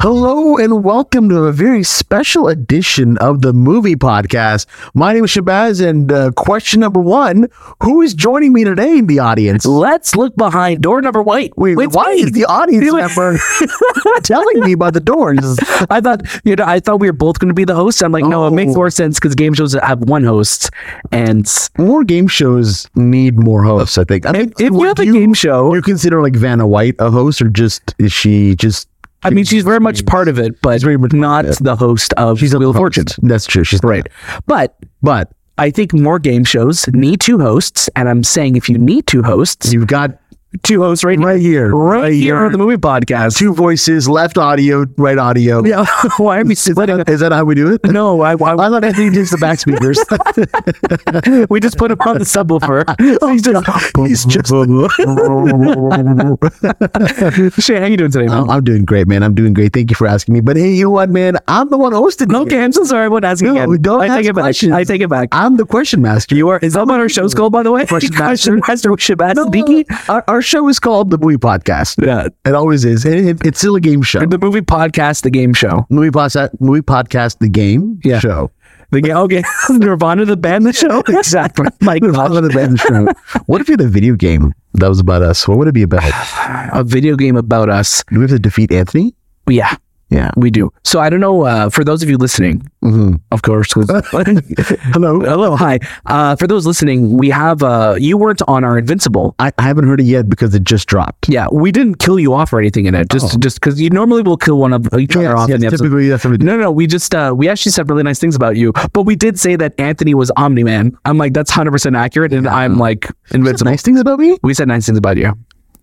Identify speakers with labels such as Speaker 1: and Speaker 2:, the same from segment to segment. Speaker 1: Hello and welcome to a very special edition of the Movie Podcast. My name is Shabazz, and uh, question number one: Who is joining me today in the audience?
Speaker 2: Let's look behind door number white.
Speaker 1: Wait,
Speaker 2: It's
Speaker 1: why
Speaker 2: me.
Speaker 1: is the audience
Speaker 2: Really?
Speaker 1: member telling me about the doors?
Speaker 2: I thought you know I thought we were both going to be the host. I'm like, no, it makes
Speaker 1: Oh.
Speaker 2: more sense because game shows have one host. And
Speaker 1: More game shows need more hosts. I think. I
Speaker 2: if,
Speaker 1: think
Speaker 2: if you
Speaker 1: would
Speaker 2: have a game show,
Speaker 1: you consider like Vanna White a host, or just is she just?
Speaker 2: I mean, she's very much part of it, but
Speaker 1: very much part
Speaker 2: not
Speaker 1: of it.
Speaker 2: the host of
Speaker 1: She's a
Speaker 2: Wheel of
Speaker 1: host.
Speaker 2: Fortune.
Speaker 1: That's true. She's
Speaker 2: Right. But
Speaker 1: but
Speaker 2: I think more game shows need two hosts, and I'm saying if you need two hosts,
Speaker 1: you've got
Speaker 2: two hosts right,
Speaker 1: right here,
Speaker 2: right here on the movie podcast.
Speaker 1: two voices, left audio, right audio.
Speaker 2: Yeah, why are we
Speaker 1: Is
Speaker 2: splitting?
Speaker 1: that, is that how we do it?
Speaker 2: No, I, I,
Speaker 1: I thought Anthony just the back speakers.
Speaker 2: we just put him on the subwoofer. he's just, he's just. Shay, how you doing today, man?
Speaker 1: I'm, I'm doing great, man. I'm doing great. Thank you for asking me. But hey, you know what, man? I'm the one hosting. here.
Speaker 2: okay, I'm so sorry. I won't ask
Speaker 1: No,
Speaker 2: again.
Speaker 1: we don't
Speaker 2: I
Speaker 1: ask
Speaker 2: take it back.
Speaker 1: questions.
Speaker 2: I take it back.
Speaker 1: I'm the question master.
Speaker 2: You are. Is that what our show's called, by the way?
Speaker 1: Question
Speaker 2: Question Master with Shabazz
Speaker 1: No,
Speaker 2: Siddiqui?
Speaker 1: Our, our show is called the Movie Podcast.
Speaker 2: Yeah.
Speaker 1: It always is. It, it- it's still a game show.
Speaker 2: The movie podcast, the game show.
Speaker 1: movie podcast, movie podcast, the game
Speaker 2: Yeah.
Speaker 1: show.
Speaker 2: The game. Okay. Nirvana, the band, the show. uh, Exactly. My
Speaker 1: Follow
Speaker 2: gosh.
Speaker 1: the band show. What if you had a video game that was about us? What would it be about?
Speaker 2: A video game about us.
Speaker 1: Do we have to defeat Anthony?
Speaker 2: Yeah,
Speaker 1: Yeah.
Speaker 2: we do. So I don't know. Uh, for those of you listening,
Speaker 1: Mhm.
Speaker 2: of course. 'cause-
Speaker 1: Hello.
Speaker 2: Hello, hi. Uh, for those listening, we have uh, you weren't on our Invincible Uh,
Speaker 1: I, I haven't heard it yet because it just dropped.
Speaker 2: Yeah, we didn't kill you off or anything in it. Just just because you normally will kill one of each other off in the episode.
Speaker 1: typically that's what we do.
Speaker 2: No, no, no, we just uh, we actually said really nice things about you, but we did say that Anthony was Omni Man. I'm like that's hundred percent accurate, and I'm like
Speaker 1: Some
Speaker 2: invincible.
Speaker 1: nice things about me.
Speaker 2: We said nice things about you.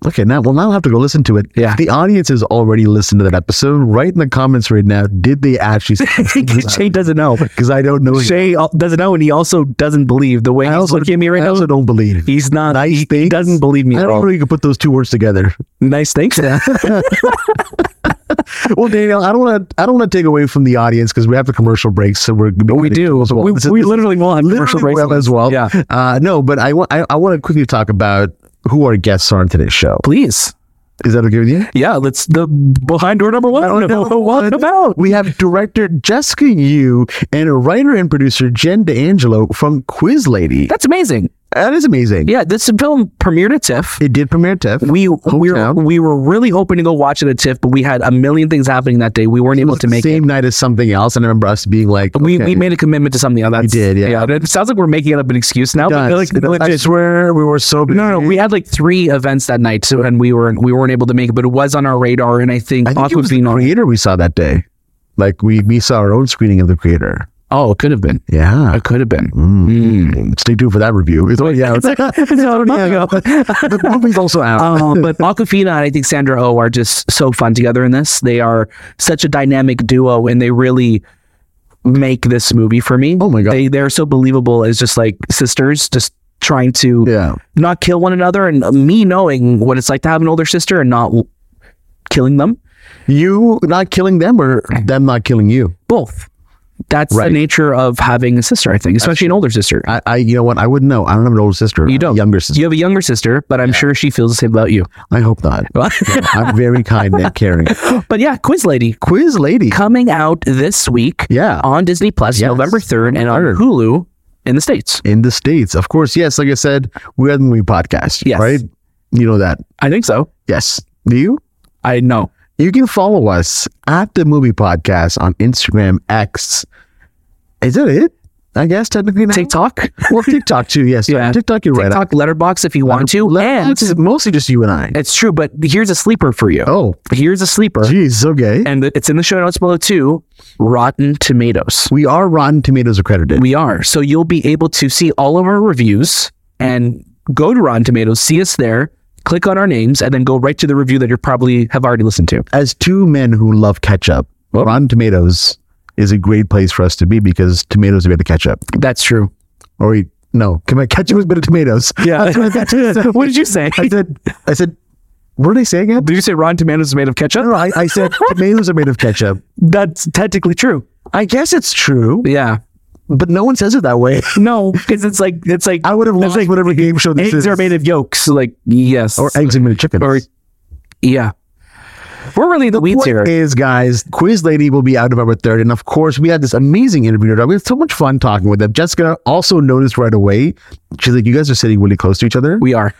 Speaker 1: Okay, now well now I'll have to go listen to it.
Speaker 2: Yeah.
Speaker 1: the audience has already listened to that episode. Write in the comments right now. Did they actually?
Speaker 2: Shay doesn't know.
Speaker 1: Because I don't know.
Speaker 2: Shay al- doesn't know, and he also doesn't believe the way
Speaker 1: I
Speaker 2: he's
Speaker 1: also,
Speaker 2: looking at me right
Speaker 1: I
Speaker 2: now.
Speaker 1: also don't believe.
Speaker 2: He's not.
Speaker 1: Nice
Speaker 2: he, he
Speaker 1: things.
Speaker 2: doesn't believe me
Speaker 1: I
Speaker 2: at all.
Speaker 1: don't know you can put those two words together.
Speaker 2: nice things.
Speaker 1: Well, Daniel, I don't want to. I don't want to take away from the audience because we have the commercial breaks. So we're
Speaker 2: we do.
Speaker 1: So
Speaker 2: we,
Speaker 1: this is-
Speaker 2: we literally will have
Speaker 1: literally
Speaker 2: commercial breaks
Speaker 1: well as well.
Speaker 2: Yeah,
Speaker 1: Uh, no, but I want. I, I want to quickly talk about who our guests are on today's show.
Speaker 2: please.
Speaker 1: Is that okay with you?
Speaker 2: Yeah, let's the behind door number one. I don't know what about.
Speaker 1: We have director Jessica Yu and writer and producer Jen D'Angelo from Quiz Lady.
Speaker 2: That's amazing.
Speaker 1: That is amazing.
Speaker 2: Yeah, this film premiered at TIFF.
Speaker 1: It did premiere at TIFF.
Speaker 2: We we were,
Speaker 1: Hometown.
Speaker 2: we were really hoping to go watch it at TIFF, but we had a million things happening that day. We weren't able to
Speaker 1: the
Speaker 2: make it.
Speaker 1: same night as something else, and I remember us being like,
Speaker 2: We,
Speaker 1: okay,
Speaker 2: we made a commitment to something else. We
Speaker 1: did, yeah.
Speaker 2: It sounds like we're making up an excuse now.
Speaker 1: done.
Speaker 2: But like,
Speaker 1: It- I
Speaker 2: legit.
Speaker 1: swear we were so busy.
Speaker 2: no, no, no, we had like three events that night, so, and we weren't we weren't able to make it. But it was on our radar, and I think,
Speaker 1: I think it was the
Speaker 2: Aquafina-
Speaker 1: creator we saw that day. Like we we saw our own screening of the creator.
Speaker 2: Oh, it could have been.
Speaker 1: Yeah.
Speaker 2: It could have been.
Speaker 1: Mm. Stay tuned for that review. It's already out.
Speaker 2: No, no,
Speaker 1: Yeah.
Speaker 2: no.
Speaker 1: the movie's also out.
Speaker 2: Uh, but Aquafina and I think Sandra O oh are just so fun together in this. They are such a dynamic duo, and they really make this movie for me.
Speaker 1: Oh my God.
Speaker 2: They they're so believable as just like sisters, just trying to
Speaker 1: yeah.
Speaker 2: not kill one another, and me knowing what it's like to have an older sister and not w- killing them.
Speaker 1: You not killing them or them not killing you?
Speaker 2: Both. that's
Speaker 1: Right.
Speaker 2: the nature of having a sister, I think, especially an older sister.
Speaker 1: I, I, you know what? I wouldn't know. I don't have an older sister.
Speaker 2: you
Speaker 1: I have a
Speaker 2: don't.
Speaker 1: younger sister.
Speaker 2: You have a younger sister, but I'm sure she feels the same about you.
Speaker 1: I hope not. I'm very kind and caring.
Speaker 2: but yeah, Quiz Lady
Speaker 1: Quiz lady.
Speaker 2: coming out this week
Speaker 1: Yeah.
Speaker 2: on Disney Plus,
Speaker 1: Yes.
Speaker 2: November 3rd, and on
Speaker 1: Third.
Speaker 2: Hulu in the States.
Speaker 1: in the states. Of course, yes. Like I said, we are the movie podcast,
Speaker 2: Yes.
Speaker 1: right? You know that.
Speaker 2: I think so.
Speaker 1: Yes. Do you?
Speaker 2: I know.
Speaker 1: You can follow us at the movie podcast on Instagram X. Is that it? I guess technically now.
Speaker 2: TikTok?
Speaker 1: Well, TikTok too. Yes.
Speaker 2: Yeah.
Speaker 1: TikTok. You're right.
Speaker 2: TikTok letterbox if you want to.
Speaker 1: Let-
Speaker 2: and
Speaker 1: It's mostly just you and I.
Speaker 2: it's true, but here's a sleeper for you.
Speaker 1: Oh,
Speaker 2: Here's a sleeper.
Speaker 1: geez. Okay.
Speaker 2: And it's in the show notes below too. Rotten Tomatoes.
Speaker 1: we are Rotten Tomatoes accredited.
Speaker 2: We are. So you'll be able to see all of our reviews and go to Rotten Tomatoes, see us there, click on our names, and then go right to the review that you probably have already listened to.
Speaker 1: As two men who love ketchup,
Speaker 2: Oh.
Speaker 1: Rotten Tomatoes is a great place for us to be because tomatoes are better ketchup.
Speaker 2: That's true.
Speaker 1: Or eat, no, come on, ketchup is better tomatoes.
Speaker 2: Yeah.
Speaker 1: That's what I said.
Speaker 2: what did you say?
Speaker 1: I said, I said, what did I say again?
Speaker 2: Did you say Rotten Tomatoes is made of ketchup?
Speaker 1: No, I, I said tomatoes are made of ketchup.
Speaker 2: That's technically true.
Speaker 1: I guess it's true,
Speaker 2: Yeah.
Speaker 1: but no one says it that way.
Speaker 2: No, because it's like it's like
Speaker 1: I would have lost whatever game show this
Speaker 2: eggs
Speaker 1: is.
Speaker 2: are made of yolks. Like yes,
Speaker 1: or eggs and mini chickens.
Speaker 2: Or- yeah. We're really in the weeds
Speaker 1: Point
Speaker 2: here.
Speaker 1: is, guys, Quiz Lady will be out November 3rd. And of course, we had this amazing interview. We had so much fun talking with them. Jessica also noticed right away. She's like, you guys are sitting really close to each other.
Speaker 2: We are.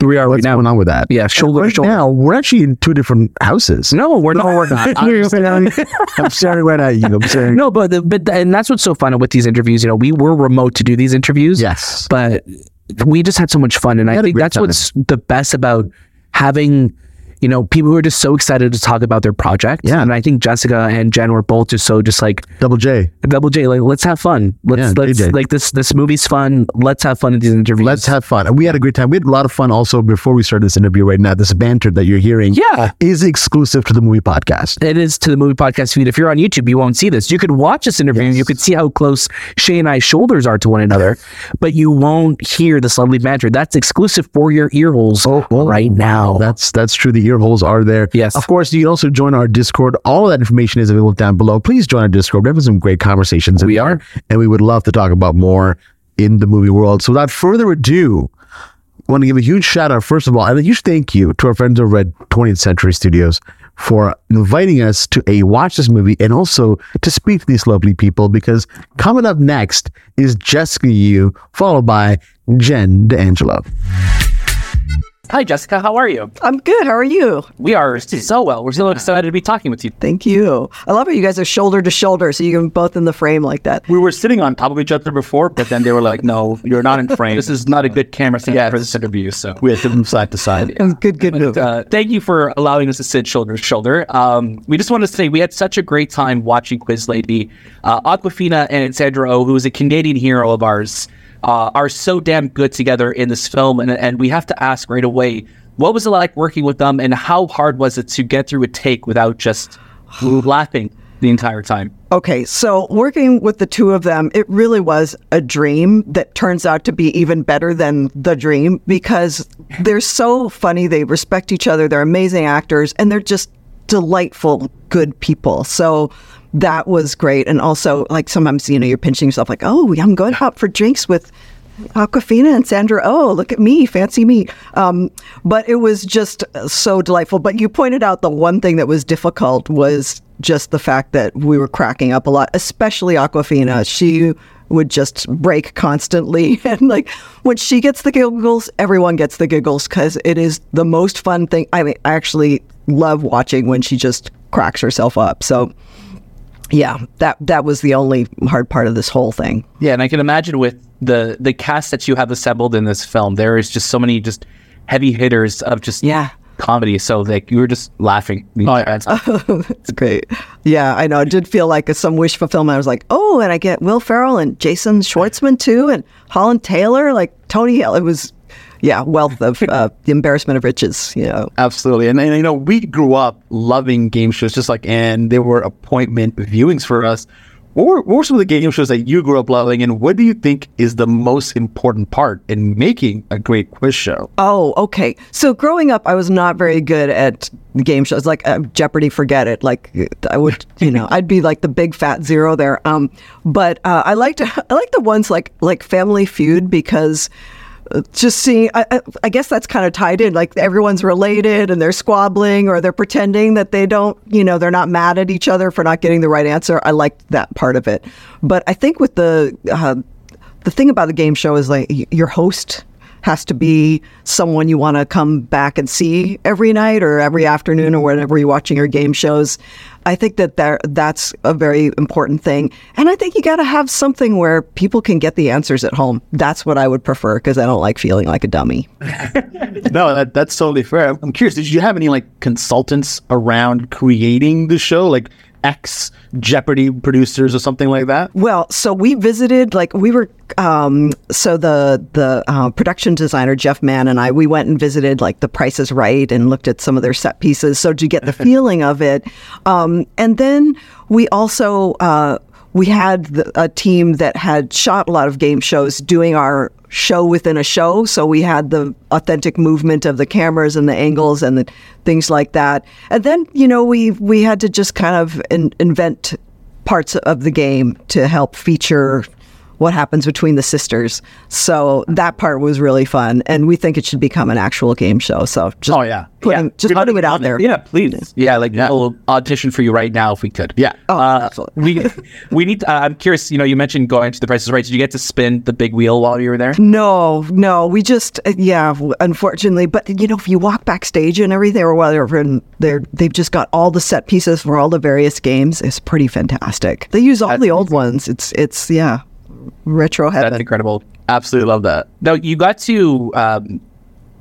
Speaker 2: We are
Speaker 1: What's
Speaker 2: right now.
Speaker 1: going on with that?
Speaker 2: Yeah, shoulder to
Speaker 1: Right
Speaker 2: shoulder.
Speaker 1: now, we're actually in two different houses.
Speaker 2: No, we're not. We're not.
Speaker 1: I'm staring, I'm staring right at you. I'm staring.
Speaker 2: no, but the, but and that's what's so fun with these interviews. You know, we were remote to do these interviews.
Speaker 1: Yes.
Speaker 2: but we just had so much fun, and I
Speaker 1: had a
Speaker 2: think
Speaker 1: great
Speaker 2: that's
Speaker 1: time.
Speaker 2: what's the best about having. You know, people who are just so excited to talk about their project.
Speaker 1: Yeah.
Speaker 2: And I think Jessica and Jen were both just so just like
Speaker 1: Double J.
Speaker 2: double J, like let's have fun. Let's
Speaker 1: Yeah,
Speaker 2: let's
Speaker 1: JJ.
Speaker 2: like this this movie's fun. Let's have fun in these interviews.
Speaker 1: Let's have fun. And we had a great time. We had a lot of fun also before we started this interview right now. This banter that you're hearing
Speaker 2: Yeah.
Speaker 1: is exclusive to the movie podcast.
Speaker 2: it is to the movie podcast feed. If you're on YouTube, you won't see this. You could watch this interview. You could see how close Shay and I's shoulders are to one another, but you won't hear this lovely banter. That's exclusive for your ear holes
Speaker 1: oh.
Speaker 2: right now.
Speaker 1: That's that's true. The ear holes are there.
Speaker 2: Yes.
Speaker 1: Of course, you can also join our Discord. All of that information is available down below. Please join our Discord. We're having some great conversations. in
Speaker 2: We
Speaker 1: there,
Speaker 2: are.
Speaker 1: And we would love to talk about more in the movie world. So without further ado, I want to give a huge shout out, first of all, and a huge thank you to our friends over at 20th Century Studios for inviting us to a watch this movie and also to speak to these lovely people because coming up next is Jessica Yu, followed by Jen DeAngelo.
Speaker 3: Hi, Jessica. How are you?
Speaker 4: I'm good. How are you?
Speaker 3: We are so well. We're so excited to be talking with you.
Speaker 4: Thank you. I love how you guys are shoulder to shoulder, so you can both in the frame like that.
Speaker 3: We were sitting on top of each other before, but then they were like, no, you're not in frame. this is not a good camera set for this interview. So we had to move side to side.
Speaker 4: Good, good move.
Speaker 3: Uh, thank you for allowing us to sit shoulder to shoulder. Um, we just want to say we had such a great time watching Quiz Lady. Uh, Aquafina and Sandra O, oh, who is a Canadian hero of ours, uh, are so damn good together in this film. And, and we have to ask right away, what was it like working with them and how hard was it to get through a take without just laughing the entire time?
Speaker 4: Okay, so working with the two of them, it really was a dream that turns out to be even better than the dream because they're so funny. They respect each other. They're amazing actors, and they're just delightful, good people. So that was great. And also, like sometimes you know, you're pinching yourself, like, oh, I'm going out for drinks with Aquafina and Sandra Oh, look at me, fancy me. Um, but it was just so delightful. But you pointed out the one thing that was difficult was just the fact that we were cracking up a lot, especially Aquafina. She would just break constantly. And like when she gets the giggles, everyone gets the giggles because it is the most fun thing. I mean, I actually love watching when she just cracks herself up. So yeah, that that was the only hard part of this whole thing.
Speaker 3: Yeah, and I can imagine with the the cast that you have assembled in this film, there is just so many just heavy hitters of just
Speaker 4: Yeah.
Speaker 3: comedy. So like you were just laughing.
Speaker 5: Oh,
Speaker 3: the entire time.
Speaker 4: It's great. Yeah, I know. It did feel like some wish fulfillment. I was like, oh, and I get Will Ferrell and Jason Schwartzman too, and Holland Taylor, like Tony Hill. It was, yeah, wealth of uh, the embarrassment of riches. You know,
Speaker 5: Absolutely. And, and, you know, we grew up loving game shows just like, and they were appointment viewings for us What were, what were some of the game shows that you grew up loving, and what do you think is the most important part in making a great quiz show?
Speaker 4: Oh, okay. So growing up, I was not very good at game shows. Like uh, Jeopardy, forget it. Like I would, you know, I'd be like the big fat zero there. Um, but uh, I liked I like the ones like like Family Feud because uh, just seeing. I, I, I guess that's kind of tied in. Like everyone's related and they're squabbling or they're pretending that they don't. You know, they're not mad at each other for not getting the right answer. I liked that part of it. But I think with the uh, the thing about the game show is like y- your host has to be someone you want to come back and see every night or every afternoon or whenever you're watching your game shows. I think that there, that's a very important thing. And I think you got to have something where people can get the answers at home. That's what I would prefer because I don't like feeling like a dummy.
Speaker 5: no, that, that's totally fair. I'm curious. Did you have any like consultants around creating the show, like ex Jeopardy producers or something like that?
Speaker 4: Well, so we visited, like we were, um, so the the uh, production designer Jeff Mann and I, we went and visited like The Price is Right and looked at some of their set pieces, so to get the feeling of it. Um, and then we also uh, we had the, a team that had shot a lot of game shows doing our show within a show. So we had the authentic movement of the cameras and the angles and the things like that. And then, you know, we we had to just kind of in, invent parts of the game to help feature what happens between the sisters. So that part was really fun, and we think it should become an actual game show. So just
Speaker 5: Oh, yeah.
Speaker 4: putting,
Speaker 5: Yeah.
Speaker 4: just
Speaker 5: We'd
Speaker 4: putting
Speaker 5: like
Speaker 4: it
Speaker 5: to
Speaker 4: out there.
Speaker 3: Yeah, please. Yeah, like we'll audition for you right now if we could.
Speaker 5: Yeah.
Speaker 4: Oh,
Speaker 3: Uh,
Speaker 4: absolutely.
Speaker 3: we we need. Uh, I'm curious. You know, you mentioned going to the prices right. Did you get to spin the big wheel while you were there?
Speaker 4: No, no, we just uh, yeah, w- unfortunately. But you know, if you walk backstage and everything, or whatever, and they're they've just got all the set pieces for all the various games. It's pretty fantastic. They use all the old ones. It's it's yeah, retro
Speaker 3: That's
Speaker 4: heaven.
Speaker 3: incredible.
Speaker 5: Absolutely love that.
Speaker 3: Now you got to um,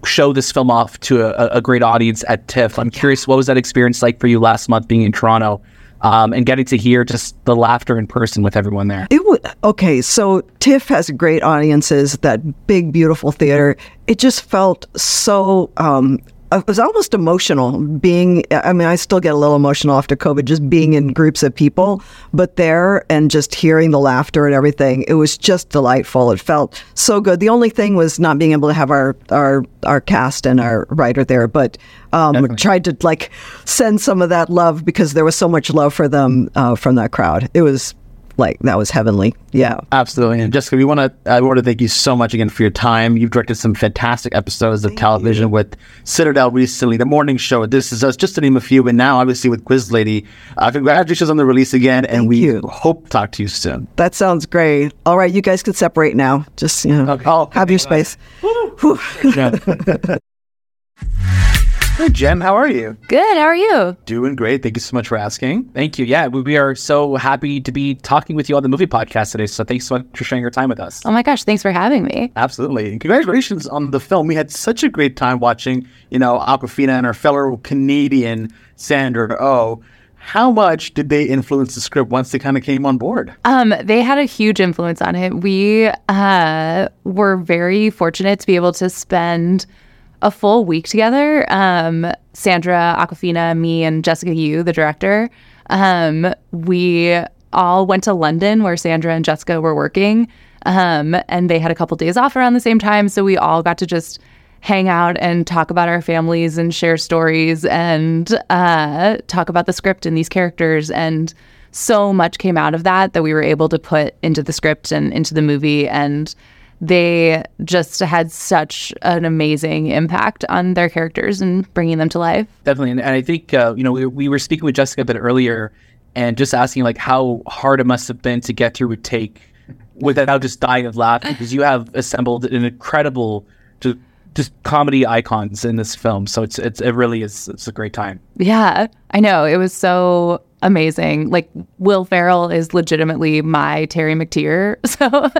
Speaker 3: show this film off to a, a great audience at TIFF. I'm curious, what was that experience like for you last month being in Toronto um, and getting to hear just the laughter in person with everyone there?
Speaker 4: It would okay. So TIFF has great audiences. That big, beautiful theater. It just felt so. Um, it was almost emotional being. I mean, I still get a little emotional after COVID, just being in groups of people. But there and just hearing the laughter and everything, it was just delightful. It felt so good. The only thing was not being able to have our our our cast and our writer there, but um, tried to like send some of that love because there was so much love for them uh, from that crowd. It was like that was heavenly. Yeah.
Speaker 5: Absolutely. And Jessica, we want to I want to thank you so much again for your time. You've directed some fantastic episodes of television with Citadel recently, The Morning Show, This Is Us, just to name a few, but now obviously with Quiz Lady. Uh, congratulations on the release again, and we
Speaker 4: you.
Speaker 5: hope to talk to you soon.
Speaker 4: That sounds great. All right, you guys can separate now. Just you know,
Speaker 5: Oh,
Speaker 4: have your space.
Speaker 5: Hey, Jen, how are you?
Speaker 6: Good. How are you?
Speaker 5: Doing great. Thank you so much for asking.
Speaker 3: Thank you. Yeah, we, we are so happy to be talking with you on the movie podcast today. So thanks so much for sharing your time with us.
Speaker 6: Oh my gosh, thanks for having me.
Speaker 5: Absolutely. And congratulations on the film. We had such a great time watching, you know, Aquafina and her fellow Canadian, Sandra Oh. How much did they influence the script once they kind of came on board?
Speaker 6: Um, they had a huge influence on it. We uh, were very fortunate to be able to spend a full week together. Um, Sandra, Aquafina, me, and Jessica Yu, the director. Um, we all went to London where Sandra and Jessica were working, um, and they had a couple days off around the same time. So we all got to just hang out and talk about our families and share stories and uh, talk about the script and these characters and so much came out of that that we were able to put into the script and into the movie and they just had such an amazing impact on their characters and bringing them to life
Speaker 3: Definitely, and, and I think uh, you know we, we were speaking with Jessica a bit earlier, and just asking like how hard it must have been to get through a take without just dying of laughter because you have assembled an incredible just just comedy icons in this film. So it's it's it really is it's a great time.
Speaker 6: Yeah, I know. It was so amazing. Like Will Ferrell is legitimately my Terry McTeer. So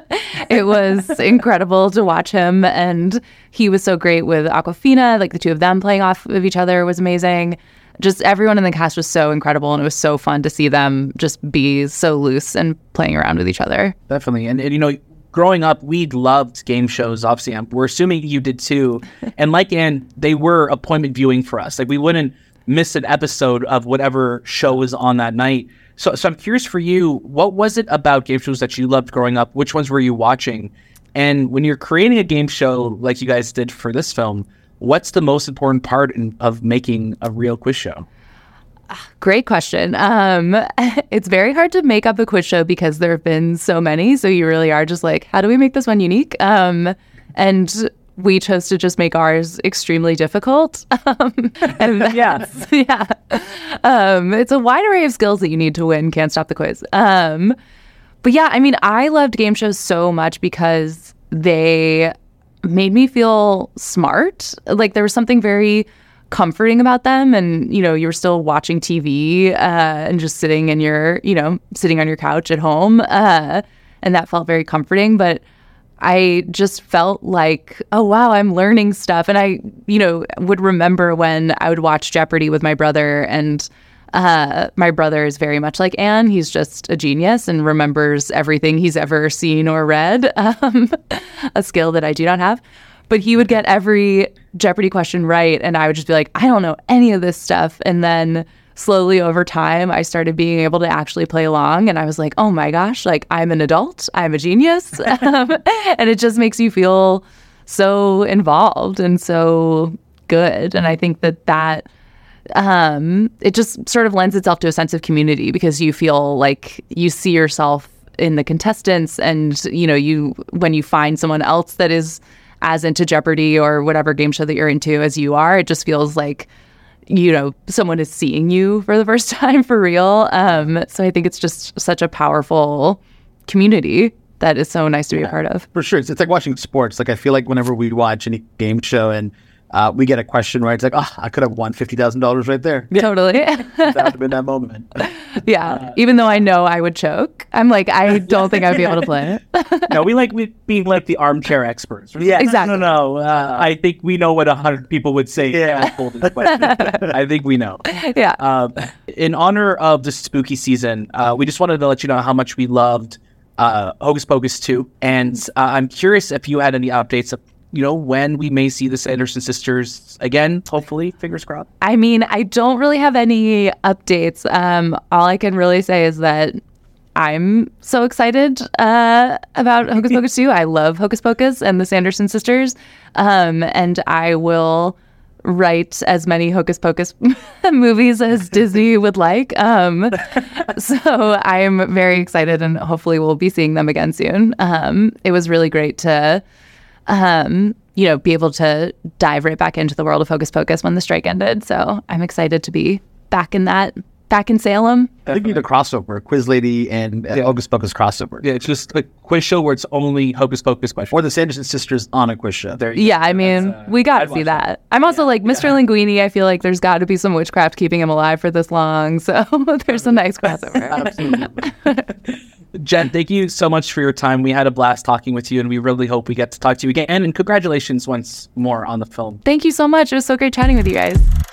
Speaker 6: it was incredible to watch him and he was so great with Aquafina, like the two of them playing off of each other was amazing. Just everyone in the cast was so incredible and it was so fun to see them just be so loose and playing around with each other.
Speaker 3: Definitely. And, and you know, growing up, we loved game shows. Obviously, i we're assuming you did too. and like Anne, they were appointment viewing for us. Like we wouldn't miss an episode of whatever show was on that night. So, so I'm curious for you, what was it about game shows that you loved growing up? Which ones were you watching? And when you're creating a game show like you guys did for this film, what's the most important part in, of making a real quiz show?
Speaker 6: Great question. Um, it's very hard to make up a quiz show because there have been so many. So you really are just like, how do we make this one unique? Um, and we chose to just make ours extremely difficult. Um, and that's, yeah, um, it's a wide array of skills that you need to win. Can't stop the quiz. Um, but yeah, I mean, I loved game shows so much because they made me feel smart. Like there was something very comforting about them and you know you were still watching tv uh, and just sitting in your you know sitting on your couch at home uh, and that felt very comforting but i just felt like oh wow i'm learning stuff and i you know would remember when i would watch jeopardy with my brother and uh, my brother is very much like Anne. He's just a genius and remembers everything he's ever seen or read, um, a skill that I do not have. But he would get every Jeopardy question right. And I would just be like, I don't know any of this stuff. And then slowly over time, I started being able to actually play along. And I was like, oh my gosh, like I'm an adult, I'm a genius. um, and it just makes you feel so involved and so good. And I think that that um, it just sort of lends itself to a sense of community because you feel like you see yourself in the contestants and you know you when you find someone else that is as into jeopardy or whatever game show that you're into as you are it just feels like you know someone is seeing you for the first time for real um, so i think it's just such a powerful community that is so nice to be a part of
Speaker 5: For sure. It's, it's like watching sports. Like I feel like whenever we watch any game show and uh, we get a question right, it's like, oh, I could have won fifty thousand dollars right there.
Speaker 6: totally
Speaker 5: that would have been that moment.
Speaker 6: yeah even though i know i would choke i'm like i don't think i'd be able to play it
Speaker 3: no, we like we being like the armchair experts. We're like,
Speaker 6: Exactly.
Speaker 3: No, no, no. Uh, I think we know what a hundred people would say. Yeah. I think we know.
Speaker 6: yeah
Speaker 3: Um, in honor of the spooky season, uh, we just wanted to let you know how much we loved uh, Hocus Pocus 2. And uh, I'm curious if you had any updates of, you know, when we may see the Sanderson sisters again, hopefully, fingers crossed.
Speaker 6: I mean, I don't really have any updates. Um, all I can really say is that I'm so excited uh, about Hocus Pocus 2. I love Hocus Pocus and the Sanderson sisters. Um, and I will write as many Hocus Pocus movies as Disney would like. Um, so I am very excited and hopefully we'll be seeing them again soon. Um, it was really great to um, you know, be able to dive right back into the world of Hocus Pocus when the strike ended. So I'm excited to be back in that, back in Salem.
Speaker 5: I think we need a crossover, Quiz Lady and uh, August Buckus crossover,
Speaker 3: Yeah, it's just a quiz show where it's only Hocus Pocus questions.
Speaker 5: or the Sanderson sisters on a quiz show. There you
Speaker 6: Yeah, I mean, we got to see that. I'm also like, Mr. Linguini, I feel like there's got to be some witchcraft keeping him alive for this long. So there's a nice crossover.
Speaker 3: Jen, thank you so much for your time. We had a blast talking with you, and we really hope we get to talk to you again. And congratulations once more on the film.
Speaker 6: Thank you so much. It was so great chatting with you guys.